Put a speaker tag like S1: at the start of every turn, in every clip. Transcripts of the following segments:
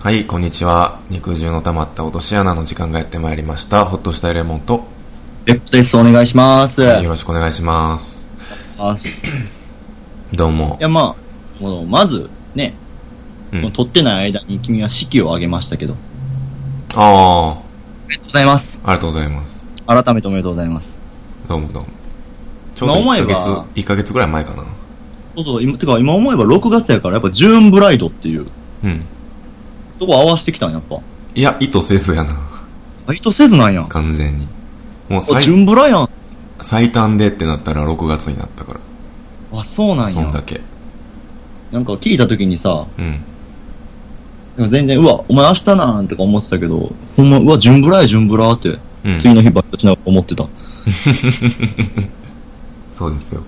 S1: はい、こんにちは。肉汁の溜まった落とし穴の時間がやってまいりました。ホッとしたいレモンと、
S2: レックです、お願いします。
S1: はいよろしくお願いします。
S2: あ
S1: どうも
S2: い。や、まあ、もうまず、ね、
S1: うん
S2: もう撮ってない間に君は式を挙げましたけど、あ
S1: あ
S2: りがとうございます。
S1: あ、ありがとうございます。
S2: 改めておめでとうございます。
S1: どうもどうも。ちょうど
S2: まあ
S1: 1ヶ
S2: 思えば
S1: 月、一ヶ月ぐらい前かな。
S2: そうそう、今、てか今思えば6月やから、やっぱジューンブライドっていう、
S1: うん。
S2: そこ合わせてきたんやっぱ。
S1: いや、意図せずやな。
S2: バイトせずなんや。
S1: 完全に。もう
S2: あ、ジュ
S1: 最
S2: ーンブラやん。
S1: 最短でってなったら6月になったか
S2: あ、そうな
S1: ら。
S2: ん
S1: そんだ
S2: や。
S1: け。
S2: なんか聞いた時にさ、
S1: うん。
S2: でも全然、うわ、お前明日なんとか思ってたけど、ほんま、うわ、ジューンブラや、ジューンブラって、
S1: うん。
S2: 次の日バイトしながら思ってた。
S1: そうですよ。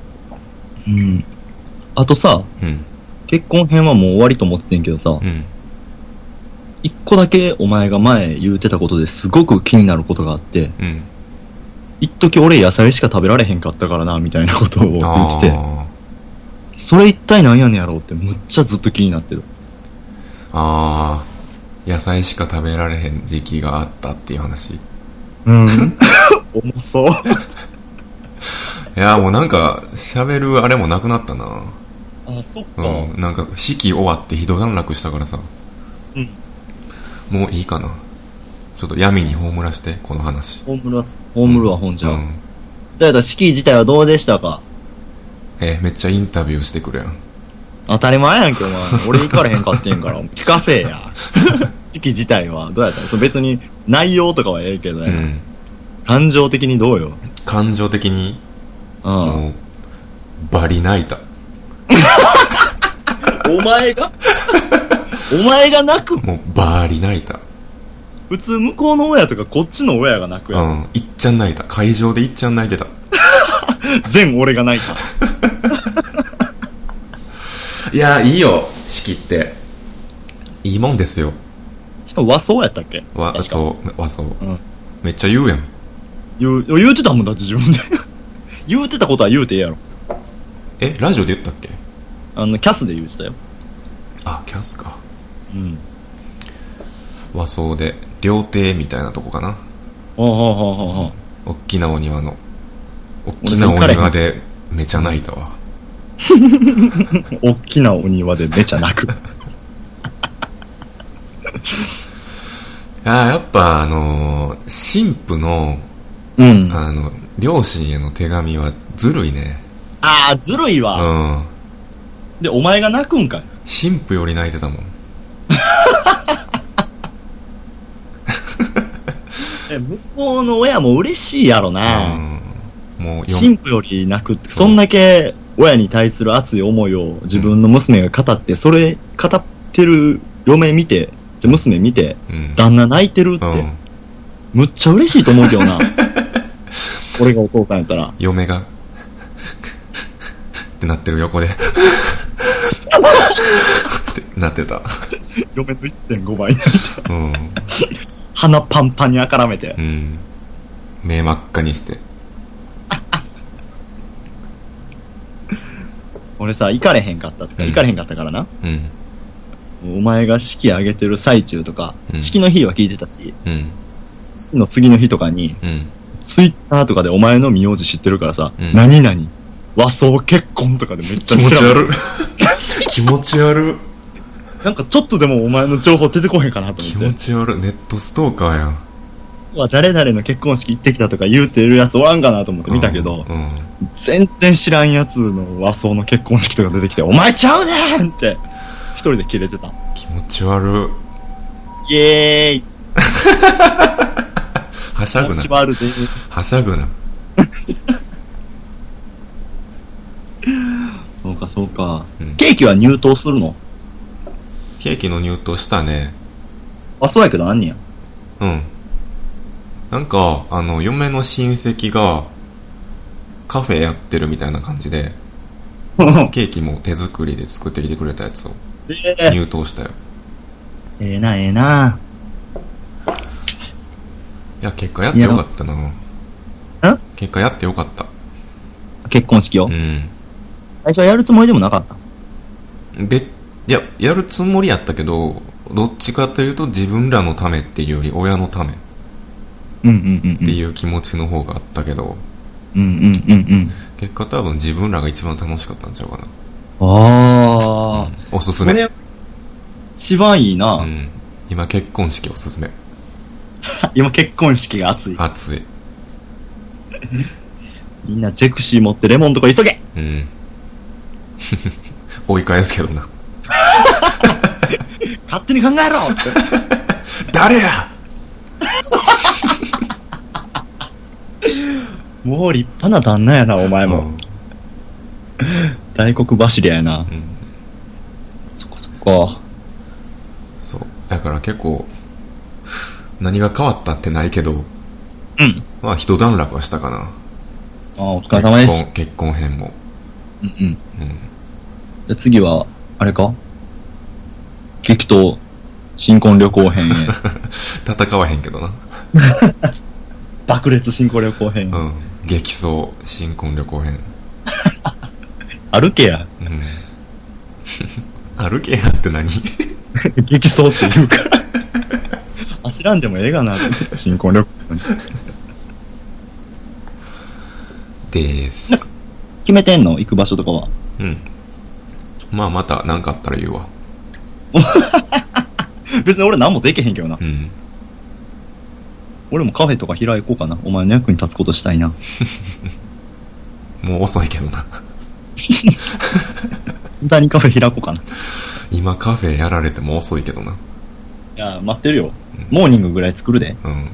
S2: うん。あとさ、
S1: うん。
S2: 結婚編はもう終わりと思っててんけどさ、
S1: うん。
S2: 一個だけお前が前言うてたことですごく気になることがあって、
S1: うん。
S2: 一時俺野菜しか食べられへんかったからな、みたいなことを言ってて、
S1: あ
S2: それ一体何やねんやろうってむっちゃずっと気になってる。
S1: あ。ああ。野菜しか食べられへん時期があったっていう話。い
S2: うん。 重そう。
S1: や、もうなんか、喋るあれもなくなったな。
S2: あ、そっか。
S1: うん。なんか、式終わってひど段落したからさ。
S2: うん。
S1: もういいかな。ちょっと闇に葬らして、この話。
S2: ホームルは、ホームルは本じゃ。。
S1: うんん。
S2: だけど、式自体はどうでしたか
S1: えーめっちゃインタビューしてくれやん。
S2: 当たり前やんけ、お前。俺行かれへんかってんから、聞かせえ や。式自体はどうやったのそう別に内容とかはええけど
S1: う
S2: や、
S1: ん。
S2: 感情的にどうよ。
S1: 感情的に、
S2: うん。
S1: もう、バリ泣いた。
S2: お前 がお前が泣く
S1: もう、バリ泣いた。
S2: 普通向こうの親とかこっちの親が泣く
S1: う
S2: やん。
S1: ん。いっちゃん泣いた。会場でいっちゃん泣いてた。
S2: 全俺が泣いた。
S1: いやー、いいよ、式って。いいもんですよ。
S2: しかも和装やったっけ
S1: わ、
S2: 確か
S1: そう、わ、そう。
S2: うん
S1: めっちゃ言うやん。
S2: 言う、言うてたもんだって自分で。 言うてたことは言うてええやろ。
S1: え、ラジオで言ったっけ
S2: あの、キャスで言うてたよ。
S1: あ、キャスか。
S2: うん。
S1: 和装で、料亭みたいなとこかな。
S2: ほうほうほうほうほう。
S1: おっきなお庭の。おっきなお庭で、めちゃ泣いたわ。
S2: おっきなお庭でめちゃ泣 く。
S1: あーやっぱ、あのー、神父の、
S2: うんあ
S1: あの、両親への手紙はずるいね。
S2: あー、ずるいうわ。
S1: ん。
S2: で、お前が泣くんかい。
S1: 神父より泣いてたもん。
S2: え向こうの親も嬉しいやろな。
S1: うん。もう、
S2: 神父より泣くって、
S1: そう
S2: そんだけ親に対する熱い思いを自分の娘が語って、それ語ってる嫁見て、じゃ娘見て、
S1: うん。
S2: 旦那泣いてるって、
S1: うん。
S2: むっちゃ嬉しいと思うけ どな。俺がお父さんやったら。
S1: 嫁が、 ってなってる 横で。ってなってた。
S2: 嫁の1.5倍。
S1: うん。
S2: 鼻パンパンにあからめて
S1: う。ん。目真っ赤にして。
S2: 俺さ、行かれへんかったとか、
S1: うん
S2: 行かれへんかったからな。
S1: うん。
S2: お前が式挙げてる最中とか
S1: う、ん
S2: 式の日は聞いてたし、
S1: うん。
S2: 式の次の日とかに、
S1: うん。
S2: ツイッターとかでお前の名字知ってるからさ、
S1: うん
S2: 何々、和装結婚とかでめっち
S1: 気
S2: ゃ
S1: 持
S2: 調べ
S1: ち
S2: て
S1: 悪。 気持ち悪。
S2: なんかちょっとでもお前の情報出てこへんかなと
S1: 気
S2: 思
S1: 持
S2: って。
S1: ち悪。ネットストーカーやん。
S2: うわ誰々の結婚式行ってきたとか言うてるやつおらんかなと思って見たけど、
S1: うん。うん
S2: 全然知らんやつの和装の結婚式とか出てきて、お前ちゃうねんって、一人でキレてた。
S1: 気持ち悪。
S2: イエーイ
S1: はしゃぐ
S2: 持
S1: な
S2: ち。悪です。
S1: はしゃぐな。
S2: そうかそうか、
S1: うん
S2: ケーキは入刀するの
S1: ケーキの入刀したね。
S2: 和装やけどあんね や。
S1: うん。なんか、あの、嫁の親戚が、カフェやってるみたいな感じで、ケーキも手作りで作ってきてくれたやつを
S2: ええ
S1: 入刀したよ。
S2: ええなええない
S1: や、結果やってよかったな。
S2: や
S1: 結果やってよかった。
S2: 結婚式を、
S1: うん。
S2: 最初はやるつもりでもなかった。
S1: べ、いや、やるつもりやったけど、どっちかというと自分らのためっていうより親のためっ
S2: うんうんうんうん。
S1: ていう気持ちの方があったけど、
S2: うんうんうんうん。
S1: 結果多分自分らが一番楽しかったんちゃうかな。
S2: ああ。
S1: おすす
S2: そ
S1: め。
S2: れ、一番いいうな。
S1: ん。今結婚式おすすめ。
S2: 今結婚式が熱い。
S1: 熱い。
S2: みんなゼクシー持ってレモンとか急げ
S1: うん。 追い返すけどな。
S2: 勝手に考えろって
S1: 誰や
S2: もう立派な旦那やな、お前
S1: うん。う
S2: も。大黒柱やな。
S1: ん
S2: そっかそっか。
S1: そう。だから結構、何が変わったってないけど、
S2: うん。
S1: まあ一段落はしたかな。
S2: あーお疲れ様です。
S1: 結婚結婚編も。
S2: うんうん。
S1: うん。
S2: じゃあ次は、あれか激闘、新婚旅 行編へ。
S1: 戦わへんけどな。
S2: 爆裂新婚旅行編。
S1: うん。激走、新婚旅行編。
S2: 歩けや。
S1: うん。歩けやって何
S2: 激走って言うから。 走らんでもええがな、新婚旅行編。
S1: です。
S2: 決めてんの行く場所とかは。
S1: うん。まあまた何かあったら言うわ。
S2: 別に俺何もできへんけどな。
S1: うん。
S2: 俺もカフェとか開こうかな。お前の役に立つことしたいな。
S1: もう遅いけどな。
S2: 無駄にカフェ開こうかな。い
S1: 今カフェやられても遅いけどな。
S2: や、待ってるよ
S1: うん。
S2: モーニングぐらい作るで。
S1: うん。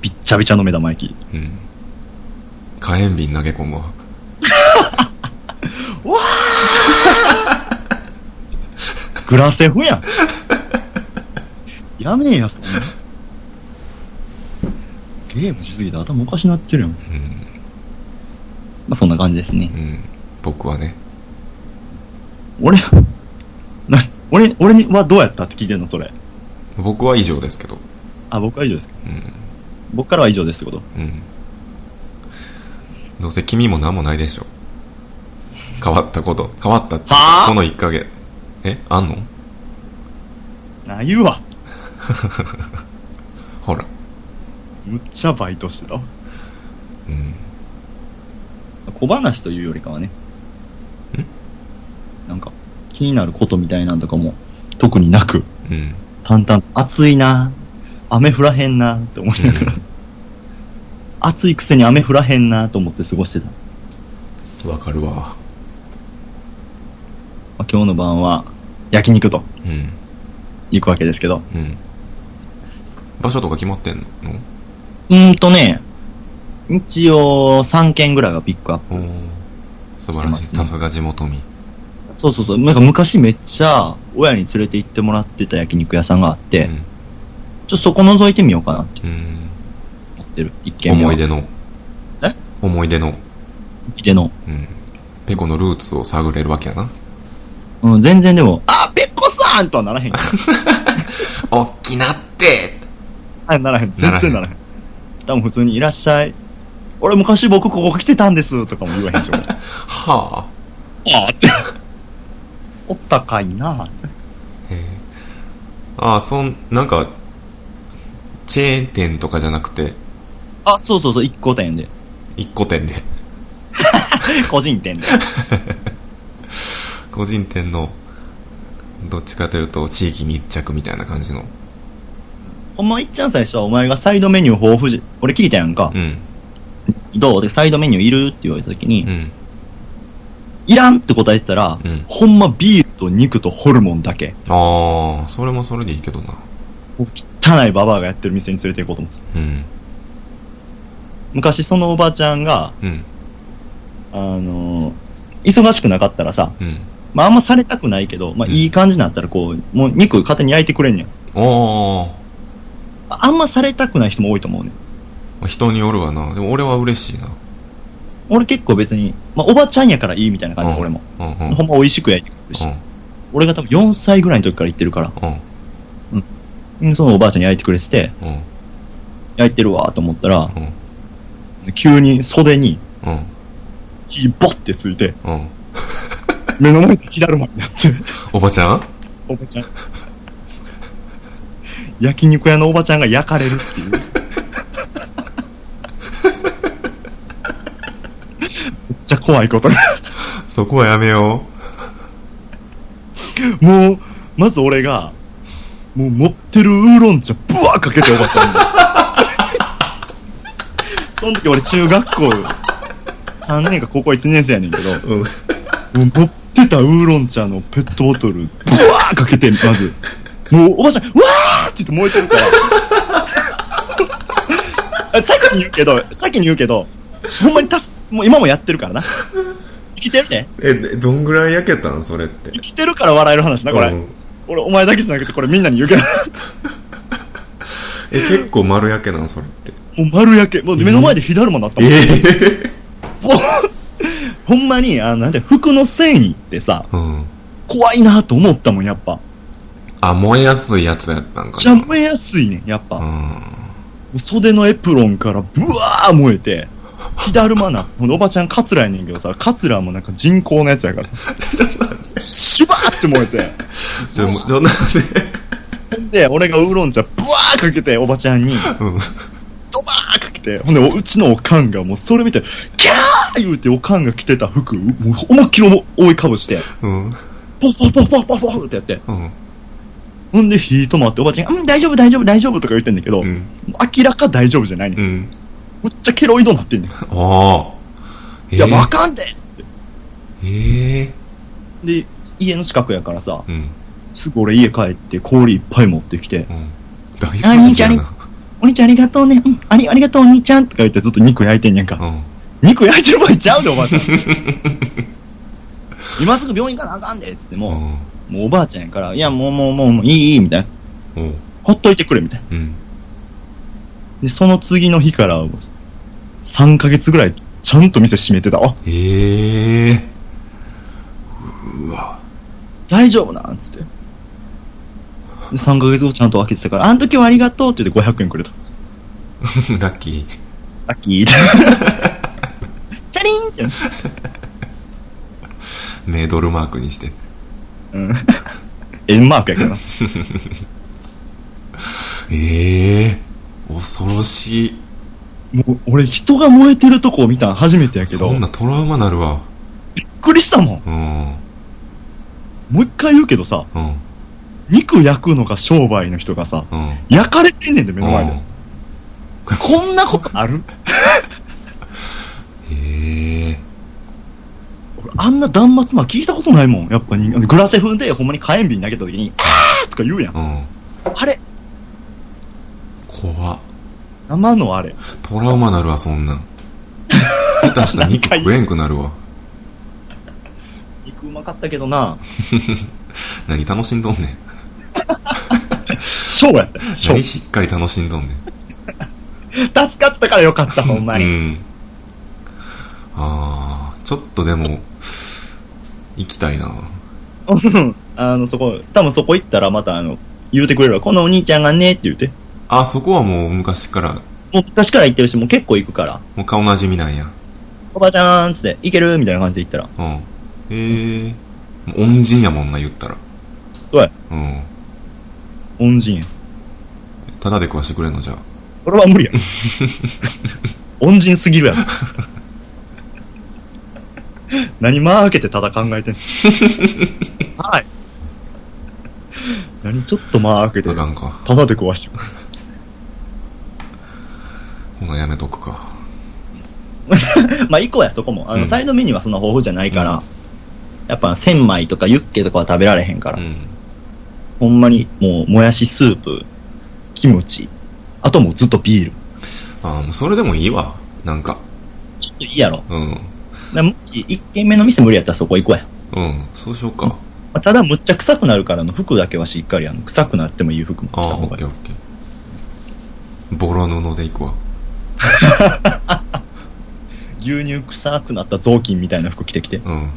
S2: びっちゃびちゃの目玉焼き。
S1: うん。火炎瓶投げ込むわ。
S2: グラセフやん。やめえや、そんな。ゲームしすぎて頭おかしなってるやん。ま
S1: うん。
S2: あそんな感じですね
S1: う。ん。僕はね。
S2: 俺、な、俺、俺にはどうやったって聞いてんの、それ。
S1: 僕は以上ですけど。
S2: あ、僕は以上ですけど。
S1: うん。
S2: 僕からは以上ですってこと。
S1: うん。どうせ君も何もないでしょ。変わったこと。変わったって
S2: はあ
S1: この1ヶ月。えあんの
S2: な言うわ。
S1: ほら。
S2: むっちゃバイトしてたわ。
S1: うん。
S2: 小話というよりかはね。なんか、気になることみたいなんとかも、特になく、
S1: うん。
S2: 淡々と、暑いな雨降らへんなって思いながら、暑いくせに雨降らへんなと思って過ごしてた。ま
S1: わかるわ。
S2: あ、今日の晩は、焼肉と
S1: うん。
S2: 行くわけですけど。
S1: うん。場所とか決まってんの
S2: うーんとね、一応3件ぐらいはピックアップ。
S1: おー素晴らしい。
S2: してま
S1: さ
S2: す
S1: す
S2: ね
S1: が地元民。
S2: そうそうそう。なんか昔めっちゃ親に連れて行ってもらってた焼肉屋さんがあって、ちょっとそこ覗いてみようかなって
S1: うん。うん。
S2: 思ってる。一軒目は
S1: 思い出の。
S2: え
S1: 思い出の。
S2: 思い出の。
S1: うん。ペコのルーツを探れるわけやな。
S2: うん、全然でも、あ、ペッコさんとはならへ ん。
S1: おっきなって
S2: あならへん。全然ならへん。多分普通にいらっしゃい。俺昔僕ここ来てたんですとかも言わへん しょ。あ
S1: は
S2: ーって。おったかいなって
S1: あ。へえ。ああ、そん、なんか、チェーン店とかじゃなくて、
S2: あ、そうそうそう、一個店で。
S1: 一個店で。
S2: 個人店で。
S1: 個人店の、どっちかというと、地域密着みたいな感じの。
S2: ほんまいっちゃん最初はお前がサイドメニュー豊富じ、俺聞いたやんか
S1: う。ん。
S2: どうで、サイドメニューいるって言われた時に、
S1: うん。
S2: いらんって答えてたら、
S1: うん
S2: ほんまビールと肉とホルモンだけ。
S1: ああ、それもそれでいいけどな。
S2: 汚いババアがやってる店に連れて行こうと思ってた。
S1: うん。
S2: 昔そのおばちゃんが、
S1: うん。
S2: あのー忙しくなかったらさ、
S1: うん。
S2: まああんまされたくないけど、まあ
S1: うん
S2: いい感じになったらこう、もう肉勝手に焼いてくれんねん。
S1: あ
S2: ああんまされたくない人も多いと思うねん。
S1: あ。人によるわな。でも俺は嬉しいな。
S2: 俺結構別に、まあおばちゃんやからいいみたいな感じ
S1: う
S2: で
S1: ん
S2: 俺も。
S1: うんうん。うん。
S2: ほんま美味しく焼いてくれるし。俺が多分4歳ぐらいの時から行ってるから、
S1: うん。
S2: うんそのおばあちゃん焼いてくれてて、
S1: うん。
S2: 焼いてるわと思ったら、
S1: うん。
S2: 急に袖に
S1: うん。
S2: 火ボッてついて、
S1: うん。
S2: 目の前に火だるまになって、
S1: おばちゃん
S2: おばちゃん。焼肉屋のおばちゃんが焼かれるっていう。めっちゃ怖いことが。
S1: そこはやめよ
S2: もう、まず俺が、もう持ってるウーロン茶、ブワーかけておばちゃんに。その時俺中学校、3年か高校1年生やねんけど、
S1: う。うん。
S2: もう持ってたウーロン茶のペットボトル、ブワーかけて、まず。もう、おばちゃん、うわーって言って燃えてるから。 先に言うけど、先に言うけど、ほんまにたす、もう今もやってるからな。生きてるね。
S1: え、でどんぐらい焼けたんそれって。
S2: 生きてるから笑える話な、これ。
S1: うん
S2: 俺、お前だけじゃなくて、これみんなに言うけど。
S1: え、結構丸焼けなんそれって。
S2: もう丸焼け。もう目の前で火だるまになったもん。
S1: え
S2: ほんまに、あの、なんて、服の繊維ってさ、
S1: うん。
S2: 怖いなと思ったもん、やっぱ。めっ
S1: あ、燃えやすいやつやったん
S2: ちゃ
S1: か
S2: 燃えやすいねん、やっぱ。
S1: な。うん。
S2: 袖のエプロンからブワー燃えて、火だるまな、このおばちゃんカツラやねんけどさ、カツラもなんか人工のやつやからさ、シュバーって燃えて、
S1: ちょ、もうちょ、なんで、
S2: ほんで、俺がウーロン茶ブワーかけて、おばちゃんに、
S1: うん。
S2: ドバーかけて、ほんで、うちのおかんがもうそれ見て、キャー言うておかんが着てた服、もう思いっきり覆いかぶして、
S1: うん。
S2: ポポポポポポポってやって、
S1: うん。
S2: ほんで火止まって、おばちゃんが、うん、大丈夫大丈夫大丈夫とか言ってんだけど、
S1: うん。
S2: 明らか大丈夫じゃないねん。
S1: う
S2: む
S1: ん。
S2: っちゃケロイドなってんねん。
S1: ああ。え
S2: いや、わかんで
S1: ええ
S2: で、家の近くやからさ、
S1: うん。
S2: すぐ俺家帰って氷いっぱい持ってきて、
S1: うん。大
S2: あ
S1: 好
S2: 兄
S1: き
S2: ちゃ
S1: や
S2: ん
S1: な。
S2: お兄ちゃんありがとうね、うん、ありありがとうお兄ちゃんとか言ってずっと肉焼いてんねんか。
S1: うん。
S2: 肉焼いてる場合ちゃうで、おばあちゃん。今すぐ病院行かなあかんでっつって
S1: う
S2: も
S1: ん。
S2: う、もうおばあちゃんやから、いや、もうもうもうもういいいいみたいな。
S1: うん。
S2: ほっといてくれみたいな。
S1: うん。
S2: で、その次の日から、3ヶ月ぐらい、ちゃんと店閉めてた。あ、
S1: ええうわ。
S2: 大丈夫なんつって。で、3ヶ月後ちゃんと開けてたから、あの時はありがとうって言って500円くれた。
S1: ラッキー。
S2: ラッキーチャリーンって。
S1: ねドルマークにして。
S2: うん。円マークやけどな。
S1: ええ恐ろしい。
S2: もう、俺人が燃えてるとこを見たん初めてやけど、
S1: そん
S2: びっ
S1: なトラウマなるわ。
S2: くりしたもん。
S1: うん。
S2: もう一回言うけどさ、
S1: うん。
S2: 肉焼くのが商売の人がさ、
S1: うん。
S2: 焼かれてんねんで、目
S1: う
S2: の前で。
S1: ん。
S2: こんなことある
S1: ええ
S2: 俺あんな断末魔聞いたことないもん。やっぱ人間、グラセ踏んで、ほんまに火炎瓶投げた時に、あーとか言うやん。
S1: うん。
S2: あれ
S1: 怖っ。
S2: 生のあれ。
S1: トラウマなるわ、そんなん。下手したら肉食えんくなるわ。
S2: 肉うまかったけどな、
S1: 何楽しんどんねん。
S2: ショーやったよ。ショ
S1: 何
S2: ー。
S1: しっかり楽しんどんねん。
S2: 助かったからよかった、ほんま
S1: う
S2: に。
S1: ん。ああ、ちょっとでも、行きたいな。
S2: うんあの、そこ、多分そこ行ったらまたあの、言うてくれるわ。このお兄ちゃんがね、って言うて。
S1: あ、そこはもう昔から、も
S2: もう昔から行ってるし、もう結構行くから。
S1: う顔なじみなんや。
S2: おばちゃんっつって、行けるみたいな感じで行ったら。
S1: うん。ええもう恩人やもんな、言ったら。
S2: そうや。
S1: うん。
S2: 恩人や。
S1: ただで食わしてくれんの、じゃあ。
S2: それは 無理や。恩人すぎるやろ。何間開けてただ考 えてんのはい。何ちょっと間開け
S1: あ
S2: て、
S1: かんか。
S2: ただで壊してくる。
S1: ほな、やめとくか。
S2: まあ、以降や、そこも。あの、
S1: うん
S2: サイドメニューはそんな豊富じゃないから、
S1: うん
S2: やっぱ、千枚とかユッケとかは食べられへんから、
S1: うん。
S2: ほんまに、もう、もやしスープ、キムチ、あともうずっとビール。
S1: ああ、もうそれでもいいわ。なんか。
S2: ちょっといいやろ。
S1: うん。
S2: だからもし、一軒目の店無理やったらそこ行こうや。
S1: うん。そうしようか。
S2: まあただ、むっちゃ臭くなるからの服だけはしっかり、あの、臭くなってもいい服も着
S1: あ
S2: た
S1: あ、
S2: 方
S1: オ
S2: が
S1: ッ
S2: い
S1: ケー。
S2: い
S1: オッケー。ボロ布で行くわ。
S2: 牛乳臭くなった雑巾みたいな服着てきて。
S1: うん。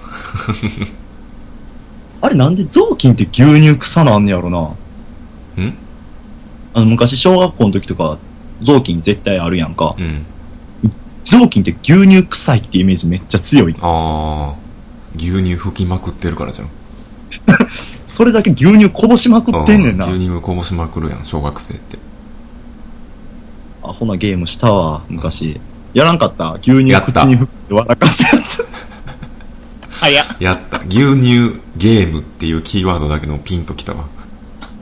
S2: あれ、なんで雑巾って牛乳臭なんねやろな。
S1: うん
S2: あの、昔、小学校の時とか、雑巾絶対あるやんか。
S1: うん。
S2: 雑巾って牛乳臭いってイメージめっちゃ強い。
S1: ああ、牛乳吹きまくってるからじゃん。
S2: それだけ牛乳こぼしまくってんねんな
S1: う。牛乳こぼしまくるやん、小学生って。
S2: アホなゲームしたわ、昔。やらんかった牛乳
S1: やった
S2: 口に含んで笑かすやつ。あ、いや。
S1: やった。牛乳、ゲームっていうキーワードだけのピンときたわ。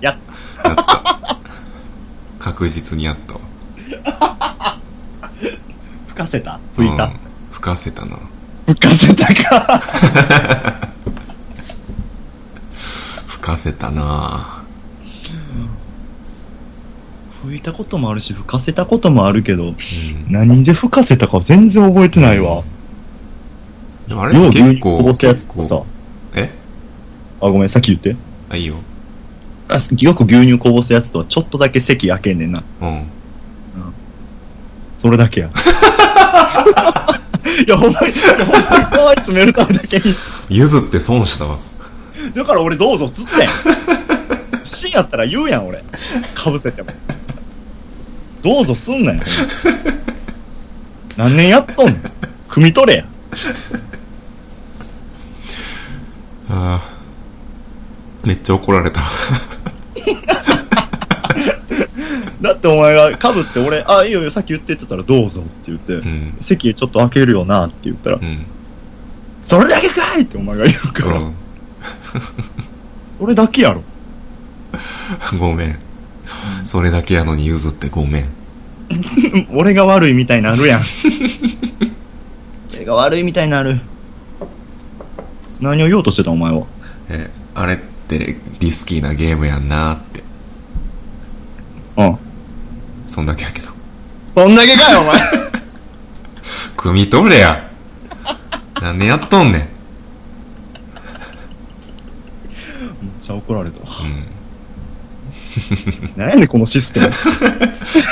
S2: やっ
S1: やった。確実にやったわ。
S2: 吹かせた吹いた、
S1: うん吹かせたな。
S2: 吹かせたか。
S1: 吹かせたな
S2: 吹いたこともあるし、吹かせたこともあるけど、
S1: うん。
S2: 何で吹かせたか全然覚えてないわ。
S1: でもあ
S2: よう
S1: れ
S2: 牛乳
S1: 結
S2: こ
S1: 構、
S2: ぼすやつ
S1: 結
S2: とさ
S1: 構、。え
S2: あ、ごめん、さっき言って。
S1: あ、いいよ。
S2: あよく牛乳こぼすやつとはちょっとだけ席開けんねんな。
S1: うん。
S2: それだ けや。いや、ほんまに、いやほんまに可愛い詰めるためだけに。
S1: ゆずって損したわ。
S2: だから俺どうぞっつってん。自信やったら言うやん、俺。かぶせても。どうぞすんなよ。何年やっとんの汲み取れや。
S1: ああ。めっちゃ怒られた。
S2: だってお前がかぶって俺、あ、いいよいいよ、さっき言ってって言ったらどうぞって言って、
S1: うん。
S2: 席ちょっと開けるよなって言ったら、
S1: うん。
S2: それだけかいってお前が言うから、
S1: う
S2: それだけやろ。
S1: ん。ごめん。それだけやのにゆずってごめん。
S2: 俺が悪いみたいになるやん。俺が悪いみたいになる。何を言おうとしてたお前は。
S1: え、あれってリスキーなゲームやんなーって。
S2: うん。
S1: そんだけやけど。
S2: そんだけかよ、お前。
S1: 汲み取れ やなんでやっとんねん。
S2: めっちゃ怒られたわ。
S1: うん。
S2: 何やねん、このシ ステム。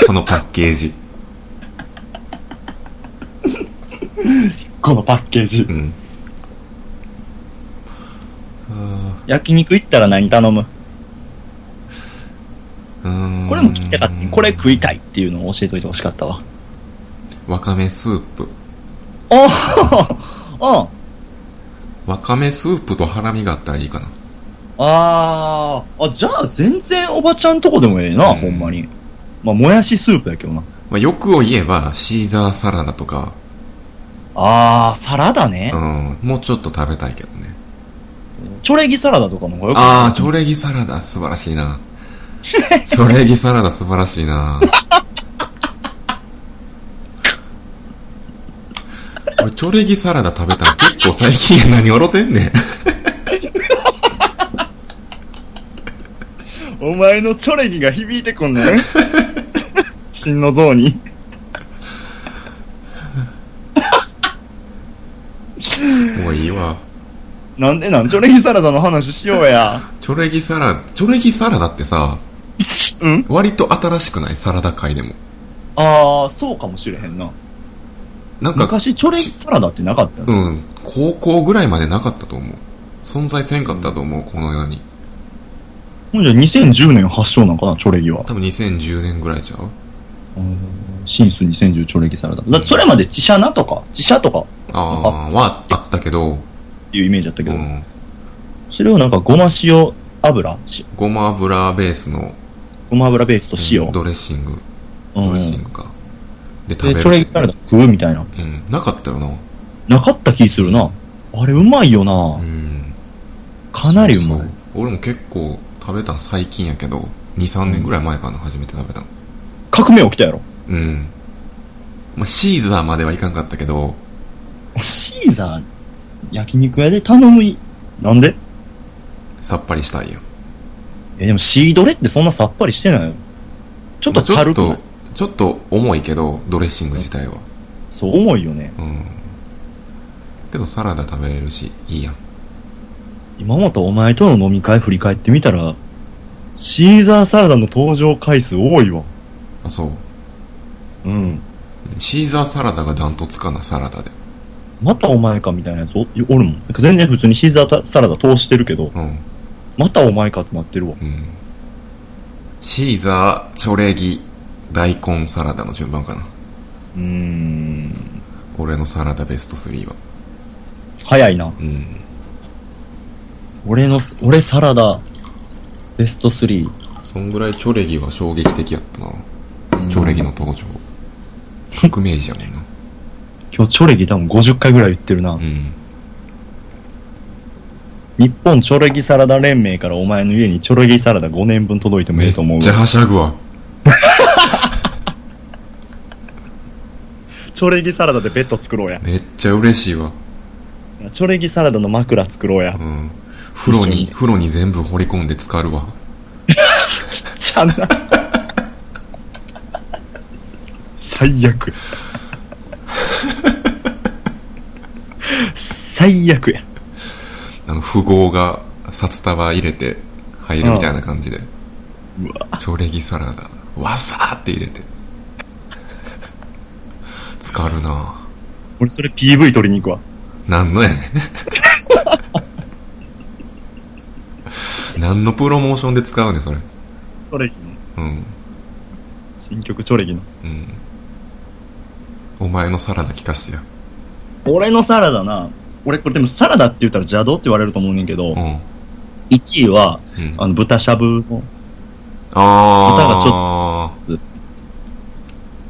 S1: このパッケージ。
S2: このパッケージ
S1: う。ん。あ
S2: 焼肉行ったら何頼む
S1: ーうーん
S2: これも聞きたかった。これ食いたいっていうのを教えといてほしかったわ。
S1: わかめスープ。
S2: おうん。
S1: わかめスープとハラミがあったらいいかな。
S2: あーあ、じゃあ全然おばちゃんとこでもええな、
S1: うん
S2: ほんまに。まあ、もやしスープやけどな。
S1: まあ、欲を言えば、シーザーサラダとか、
S2: ああ、サラダね
S1: う。ん、もうちょっと食べたいけどね。
S2: チョレギサラダとかの方がよく
S1: あー、チョレギサラダ素晴らしいな。チョレギサラダ素晴らしいな。俺、チョレギサラダ食べたら結構最近や何おろてんねん。
S2: お前のチョレギが響いてこ んねん。心の像に。
S1: もういいわ。
S2: なんでなんチョレギサラダの話しようや。
S1: チョレギサラダ、チョレギサラダってさ、
S2: うん
S1: 割と新しくないサラダ界でも。
S2: ああ、そうかもしれへんな。
S1: なんか、
S2: 昔チョレギサラダってなかったよね
S1: うん、高校ぐらいまでなかったと思う。存在せんかったと思う、この世に。
S2: ほんじゃ2010年発祥なんかな、チョレギは。
S1: 多分2010年ぐらいちゃう
S2: シンス2010チョレギサラダ。だってそれまでチシャナとか、チシャとか
S1: ああ、はあったけど、
S2: っていうイメージだったけ
S1: う
S2: ど、
S1: ん。
S2: それをなんかごま塩油し
S1: ごま油ベースの
S2: ごま油ベースと塩。
S1: ドレッシング、
S2: うん
S1: ドレッシングか。で、食べ
S2: で、
S1: る。
S2: チョレギサラダ食うみたいな。
S1: うん、なかったよな。
S2: なかった気するな。あれうまいよな。
S1: うん。
S2: かなりうま
S1: そう
S2: い。
S1: 俺も結構食べたん最近やけど、2、3年ぐらい前かな、初めて食べたの。
S2: 革命起きたやろ。
S1: うん。まあ、シーザーまではいかんかったけど、
S2: シーザー、焼肉屋で頼むい。なんで
S1: さっぱりしたいよ。
S2: え、でもシードレってそんなさっぱりしてないよ。ちょっと
S1: まあちょ
S2: 軽
S1: っ
S2: くない、
S1: と、ちょっと重いけど、ドレッシング自体は。
S2: そう重いよね。
S1: うん。けど、サラダ食べれるし、いいやん。
S2: 今またお前との飲み会振り返ってみたら、シーザーサラダの登場回数多いわ。
S1: あ、そう。
S2: うん。
S1: シーザーサラダがダントツかな、サラダで。
S2: またお前かみたいなやつおおるもん。なんか全然普通にシーザーサラダ通してるけど、
S1: うん。
S2: またお前かってなってるわ。
S1: うん。シーザー、チョレギ、大根サラダの順番かな。
S2: うーん。
S1: 俺のサラダベスト3は。
S2: 早いな。
S1: うん。
S2: 俺の、俺サラダ、ベスト3。
S1: そんぐらいチョレギは衝撃的やったな。
S2: うん
S1: チョレギの登場。革命児やもんな。
S2: 今日チョレギ多分50回ぐらい言ってるな。
S1: うん。
S2: 日本チョレギサラダ連盟からお前の家にチョレギサラダ5年分届いてもいいと思う。
S1: じ
S2: チ
S1: ゃはしゃぐわ。
S2: ョレギサラダでベッド作ろうや。
S1: めっちゃ嬉しいわ。
S2: チョレギサラダの枕作ろうや
S1: う。ん。風呂
S2: 一緒
S1: に、
S2: に
S1: 風呂に全部掘り込んで浸かるわ。
S2: ちゃんな。最悪。最悪や。
S1: あの、富豪が札束入れて入るみたいな感じで。
S2: うわ。
S1: チョレギサラダ、わさーって入れて。浸かるな
S2: 俺それ PV 取りに行くわ。
S1: 何のやねん。 何のプロモーションで使うねんそれ。
S2: チョレギの。
S1: うん。
S2: 新曲チョレギの。
S1: うん。お前のサラダ聞かせてや。
S2: 俺のサラダな。俺これでもサラダって言ったら邪道って言われると思うねんけど、
S1: うん。
S2: 1位は、
S1: うん。
S2: あの、豚しゃぶの、
S1: あー。
S2: 豚がち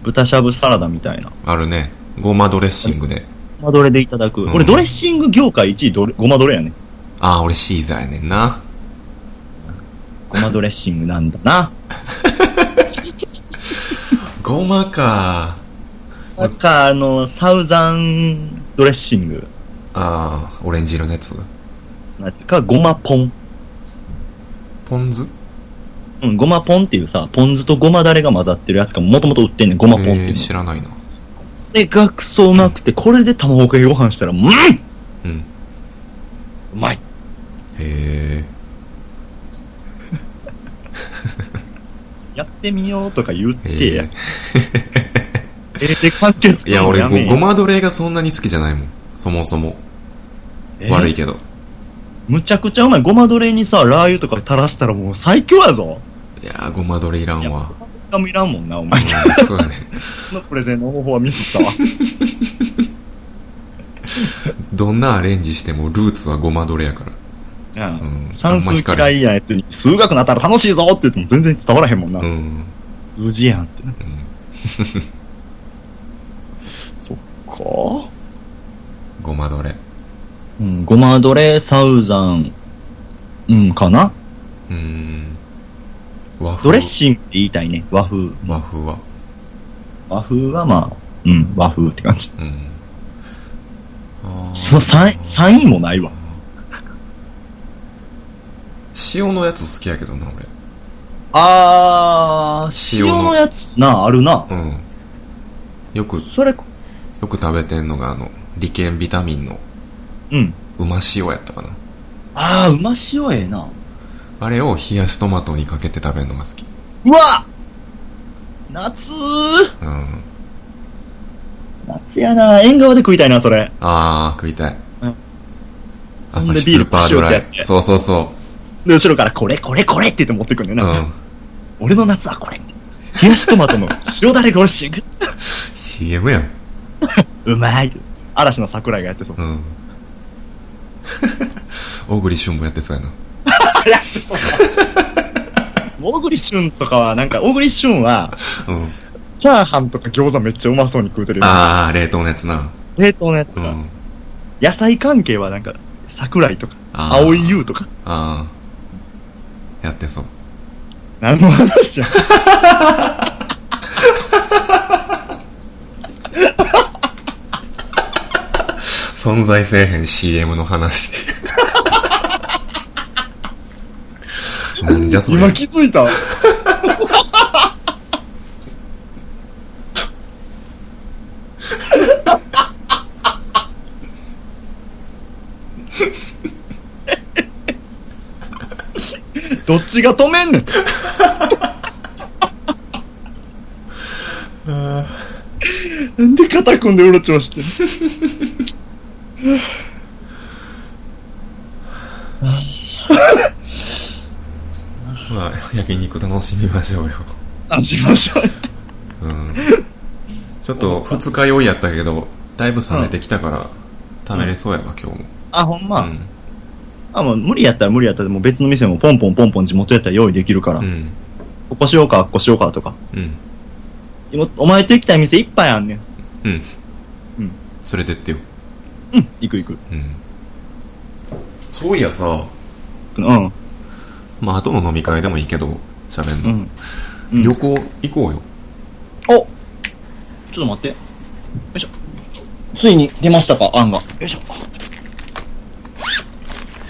S2: 豚しゃぶサラダみたいな。
S1: あるね。ごまドレッシングで。
S2: ごまどれでいただく。
S1: うん
S2: 俺ドレッシング業界1位どれごまどれやねん。
S1: あー、俺シーザーやねんな。
S2: ごまドレッシングなんだな。
S1: ごまか
S2: なんかあの、サウザンドレッシング。
S1: あー、オレンジ色のやつ。
S2: か、ごまポン。
S1: ポン酢
S2: うん、ごまポンっていうさ、ポン酢とごまだれが混ざってるやつがもともと売ってんねん、ごまポンって
S1: え
S2: い
S1: ー
S2: うの。
S1: 知らないな。
S2: これがクソうまくて、これで卵かけご飯したら、うんう
S1: うん。
S2: まい。
S1: へ
S2: やってみようとか言っ
S1: え。へ
S2: てや
S1: ー。
S2: えー、で、完結
S1: いや、俺、
S2: めえ
S1: ごごまドレがそんなに好きじゃないもん。そもそも。
S2: えー
S1: 悪いけど。
S2: むちゃくちゃうまい。ごまどれにさ、ラー油とか垂らしたらもう最強やぞ。
S1: いやー、ごまドレいらん
S2: いや、
S1: わ。
S2: ごまどれもいらんもんな、お前。
S1: うんそうだね。
S2: のプレゼンの方法はミ スったわ。
S1: どんなアレンジしてもルーツはごまドレやから。
S2: う
S1: うんん。
S2: 算数嫌いややつに、数学なったら楽しいぞって言っても全然伝わらへんもんな。
S1: うん。うん。
S2: 数字やんってな。そっか。
S1: ごまドレ。
S2: うん、ごまどれ、サウザン、うん、かな
S1: うーん。和風。
S2: ドレッシングって言いたいね。和風。
S1: 和風は。
S2: 和風はまあ、うん、和風って感じ。
S1: うん。あー
S2: その3、三位もないわ。
S1: 塩のやつ好きやけどな、
S2: あー、
S1: 塩の
S2: 塩のやつな、あるな。
S1: 俺。うん。よく、
S2: それ、
S1: よく食べてんのが、あの、リケンビタミンの
S2: うん。
S1: うま塩やったかな。
S2: あー、うま塩ええな。
S1: あれを冷やしトマトにかけて食べるのが好き。
S2: うわ夏
S1: う
S2: ー
S1: ん。あ
S2: 夏やな縁側で食いたいな、それ。
S1: あー、食いたい。
S2: うん
S1: 朝
S2: ほんで
S1: 日ス
S2: ビール
S1: ーパードラ
S2: パシオってや
S1: イ。
S2: つ
S1: そうそうそ
S2: で、後ろから、これ、これ、これって言って持ってくんねん
S1: う。う
S2: な。
S1: ん。
S2: 俺の夏はこれ。冷やしトマトの塩だれドレッシング。
S1: CM やん。
S2: うまい。嵐の桜井がやってそう
S1: う。ん。 小栗旬もやってそうやな。
S2: あ、やってそう。 小栗旬とかは、なんか、小栗旬は、
S1: うん。
S2: チャーハンとか餃子めっちゃうまそうに食うてるよ。
S1: ああ、冷凍のやつな。
S2: 冷凍のやつ
S1: う
S2: が。
S1: ん。
S2: 野菜関係はなんか、桜井とか、
S1: あー
S2: 青井優とか。
S1: ああ。やってそう。
S2: 何の話やん。
S1: 存在せえへん CM の 話。なんじゃそれ。
S2: 今気づいた。どっちが止めんね ん。なんで肩組んでうろちょろしてんの
S1: まあ、焼肉楽しみましょうよ。
S2: あ、しましょう。
S1: うん。ちょっと、二日酔いやったけど、だいぶ冷めてきたから、食べれそうやわ、今日も。
S2: あ、ほんま。
S1: うん。
S2: あ、もう無理やったら無理やったら、もう別の店もポンポンポンポン地元やったら用意できるから、
S1: うん。
S2: ここしようか、ここしようかとか。
S1: うん。
S2: 今お前と行きたい店いっぱいあんねん。
S1: うん。
S2: うん。
S1: 連れてってよ。
S2: うん、行く行く。
S1: うん。そういやさ、
S2: うん、
S1: まあ、後の飲み会でもいいけど、喋ん
S2: う
S1: の。
S2: ん。うん、
S1: 旅行行こうよ。
S2: おちょっと待って。よいしょ。ついに出ましたか、案が。よいしょ。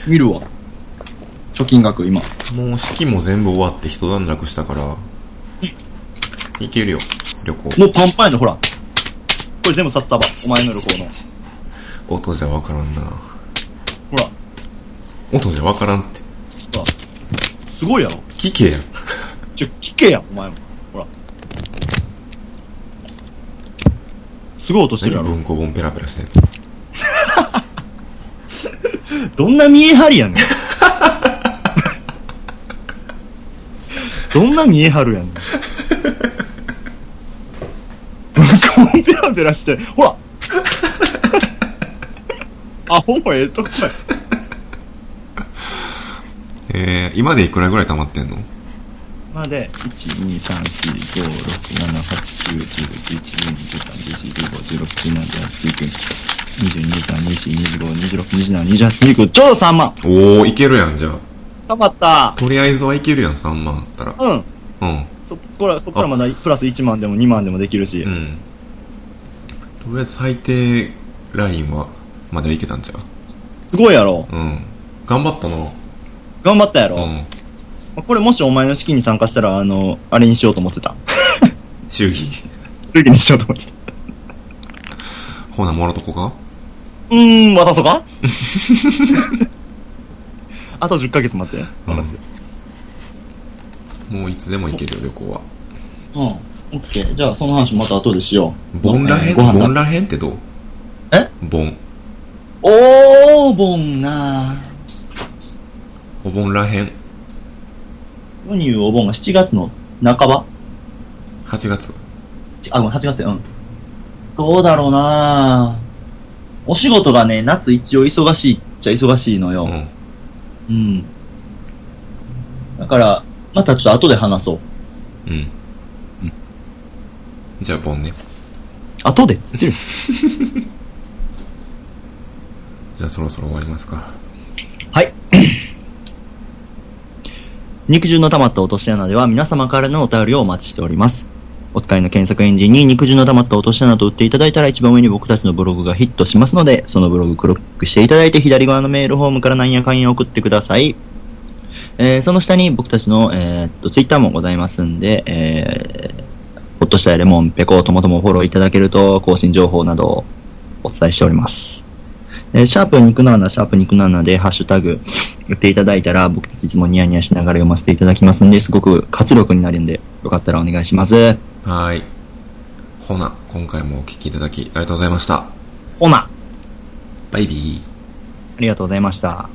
S2: 見るわ。貯金額、今。
S1: もう式も全部終わって人段落したから、行けるよ、旅行。
S2: もうパンパンやの、ほら。これ全部札束。お前の旅行の。
S1: 音じゃわからんな。
S2: ほら、ほ
S1: 音じゃわからんって。
S2: ら。すごいやろ。
S1: 聞けや。
S2: ちょ、聞けや、お前も。ほら。すごい音してるや
S1: 何
S2: ろ。
S1: 文庫本ペラペラしてんの
S2: どんな見え張りやねん。どんな見え張るやねん。文庫をペラペラして、ほ らアホもええとこや。
S1: えー、今でいくらぐらい溜まってんの
S2: まで、1,2,3,4,5,6,7,8,9,10,11,12,13,14,15,16,17,18,19,20,21,22,23,24,25,26,27,28,29,ちょうど3万
S1: おー、いけるやん、じゃあ。
S2: たまった
S1: とりあえずはいけるやん、3万あったら。
S2: うん。
S1: うん。
S2: そこら、そこからまだプラス1万でも2万でもできるし。
S1: うん。とりあえず最低ラインは、まだいけたんちゃ
S2: すごいやろ。
S1: ううん。頑張ったな。
S2: 頑張ったやろ。
S1: う
S2: ま
S1: ん。
S2: あこれもしお前の式に参加したら、あの、あれにしようと思ってた。
S1: 祝儀。
S2: 式にしようと思ってた。
S1: ほな、もろとこか
S2: うーん、渡そうか あと10ヶ月待って。私。
S1: もういつでも行けるよ、旅行は。
S2: うん。オッケー。じゃあ、その話また後でしよう。
S1: ボンらへん、
S2: ご飯
S1: ボン
S2: だ。
S1: らへんってどう
S2: え
S1: ボン。
S2: おー、ボンな
S1: お盆らへん。
S2: ウニューお盆が7月の半ば
S1: 8月。
S2: あ、ごめん、8月や。うん。どうだろうなお仕事がね、夏一応忙しいっちゃ忙しいの
S1: う
S2: よ。
S1: ん。
S2: うん。だから、またちょっと後で話そう。
S1: うん。じゃあ、ボンね。
S2: 後でっつってる。
S1: じゃあ、そろそろ終わりますか。
S2: 肉汁の溜まった落とし穴では皆様からのお便りをお待ちしております。お使いの検索エンジンに肉汁の溜まった落とし穴と打っていただいたら一番上に僕たちのブログがヒットしますので、そのブログクロックしていただいて左側のメールフォームからなんやかんや送ってください。えーその下に僕たちの、えーっと、ツイッターもございますんで、えーほっとしたいレモン、ペコ、ともともフォローいただけると更新情報などをお伝えしております。えーシャープ肉の穴、シャープ肉の穴でハッシュタグ、言っていただいたら、僕たちいつもニヤニヤしながら読ませていただきますんで、すごく活力になるんで、よかったらお願いします。
S1: はーい。ほな、今回もお聞きいただきありがとうございました。
S2: ほな、あ
S1: バイビー。
S2: りがとうございました。